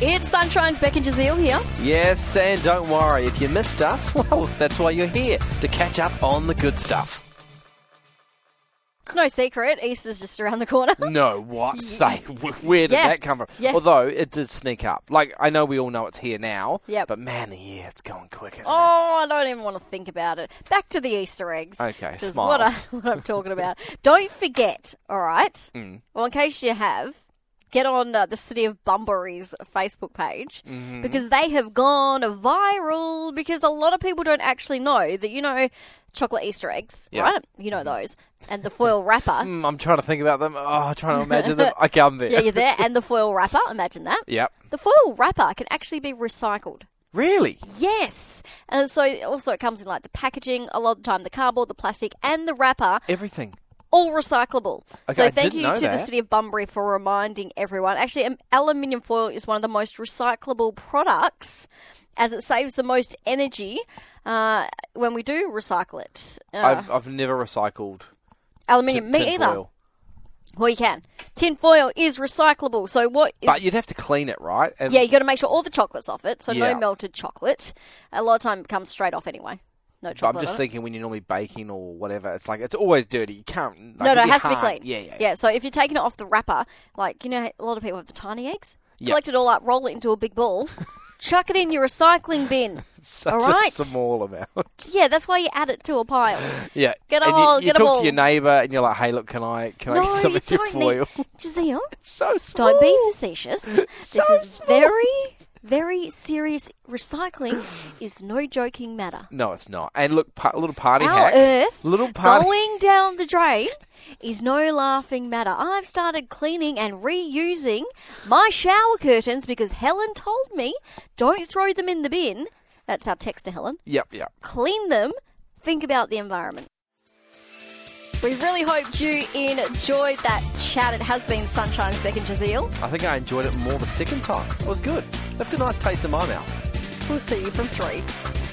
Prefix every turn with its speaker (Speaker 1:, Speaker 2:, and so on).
Speaker 1: It's Sunshine's Becky Jazeel here.
Speaker 2: Yes, and don't worry, if you missed us, well, that's why you're here, to catch up on the good stuff.
Speaker 1: It's no secret, Easter's just around the corner.
Speaker 2: No, what? Say, where did
Speaker 1: Yeah.
Speaker 2: that come from?
Speaker 1: Yeah.
Speaker 2: Although, it did sneak up. Like, I know we all know it's here now,
Speaker 1: Yep.
Speaker 2: but man, the year, it's going quick, isn't it?
Speaker 1: Oh, I don't even want to think about it. Back to the Easter eggs.
Speaker 2: Okay,
Speaker 1: 'cause What, I,
Speaker 2: smiles.
Speaker 1: what I'm talking about. Don't forget, all right?
Speaker 2: Mm.
Speaker 1: Well, in case you have, get on uh, the City of Bunbury's Facebook page
Speaker 2: Mm-hmm.
Speaker 1: because they have gone viral because a lot of people don't actually know that, you know, chocolate Easter eggs,
Speaker 2: Yeah. Mm-hmm.
Speaker 1: right? You know those. And the foil wrapper.
Speaker 2: Mm, I'm trying to think about them. Oh, I'm trying to imagine them. Okay, I'm there.
Speaker 1: yeah, you're there. And the foil wrapper. Imagine that.
Speaker 2: Yep.
Speaker 1: The foil wrapper can actually be recycled.
Speaker 2: Really?
Speaker 1: Yes. And so also it comes in like the packaging, a lot of the time the cardboard, the plastic and the wrapper,
Speaker 2: Everything.
Speaker 1: all recyclable.
Speaker 2: Okay,
Speaker 1: so
Speaker 2: I
Speaker 1: thank
Speaker 2: didn't
Speaker 1: you
Speaker 2: know
Speaker 1: to the
Speaker 2: that.
Speaker 1: City of Bunbury for reminding everyone. Actually, um, aluminium foil is one of the most recyclable products as it saves the most energy uh, when we do recycle it. Uh,
Speaker 2: I've, I've never recycled
Speaker 1: aluminium, me
Speaker 2: tin
Speaker 1: either.
Speaker 2: foil.
Speaker 1: Well, you can. Tin foil is recyclable. So what is
Speaker 2: But you'd have to clean it, right? And
Speaker 1: Yeah, you got to make sure all the chocolate's off it, so
Speaker 2: Yeah.
Speaker 1: no melted chocolate. A lot of time it comes straight off anyway. No
Speaker 2: But
Speaker 1: chocolate.
Speaker 2: I'm just
Speaker 1: on it.
Speaker 2: thinking when you're normally baking or whatever, it's like it's always dirty. You can't. Like,
Speaker 1: No, no,
Speaker 2: it'd
Speaker 1: it has to be clean.
Speaker 2: hard. Yeah, yeah.
Speaker 1: So if you're taking it off the wrapper, like you know, a lot of people have the tiny eggs.
Speaker 2: Yeah.
Speaker 1: Collect it all up, roll it into a big ball, chuck it in your recycling bin.
Speaker 2: Such
Speaker 1: All right.
Speaker 2: a small amount.
Speaker 1: Yeah, that's why you add it to a pile.
Speaker 2: yeah.
Speaker 1: Get 'em
Speaker 2: and you,
Speaker 1: all,
Speaker 2: you
Speaker 1: get 'em
Speaker 2: talk
Speaker 1: all.
Speaker 2: to your neighbour and you're like, "Hey, look, can I can I
Speaker 1: no,
Speaker 2: get some
Speaker 1: you
Speaker 2: of your
Speaker 1: don't
Speaker 2: foil?"
Speaker 1: need. Giselle,
Speaker 2: so small.
Speaker 1: don't be facetious. this is
Speaker 2: small.
Speaker 1: very, very serious. Recycling is no joking matter.
Speaker 2: No, it's not. And look, pa- little party
Speaker 1: Our
Speaker 2: hack.
Speaker 1: earth
Speaker 2: little party.
Speaker 1: going down the drain is no laughing matter. I've started cleaning and reusing my shower curtains because Helen told me don't throw them in the bin. That's our text to Helen.
Speaker 2: Yep, yep.
Speaker 1: Clean them. Think about the environment. We really hoped you enjoyed that chat. It has been Sunshine's Beck and Jazeel.
Speaker 2: I think I enjoyed it more the second time. It was good. Left a nice taste in my mouth.
Speaker 1: We'll see you from three.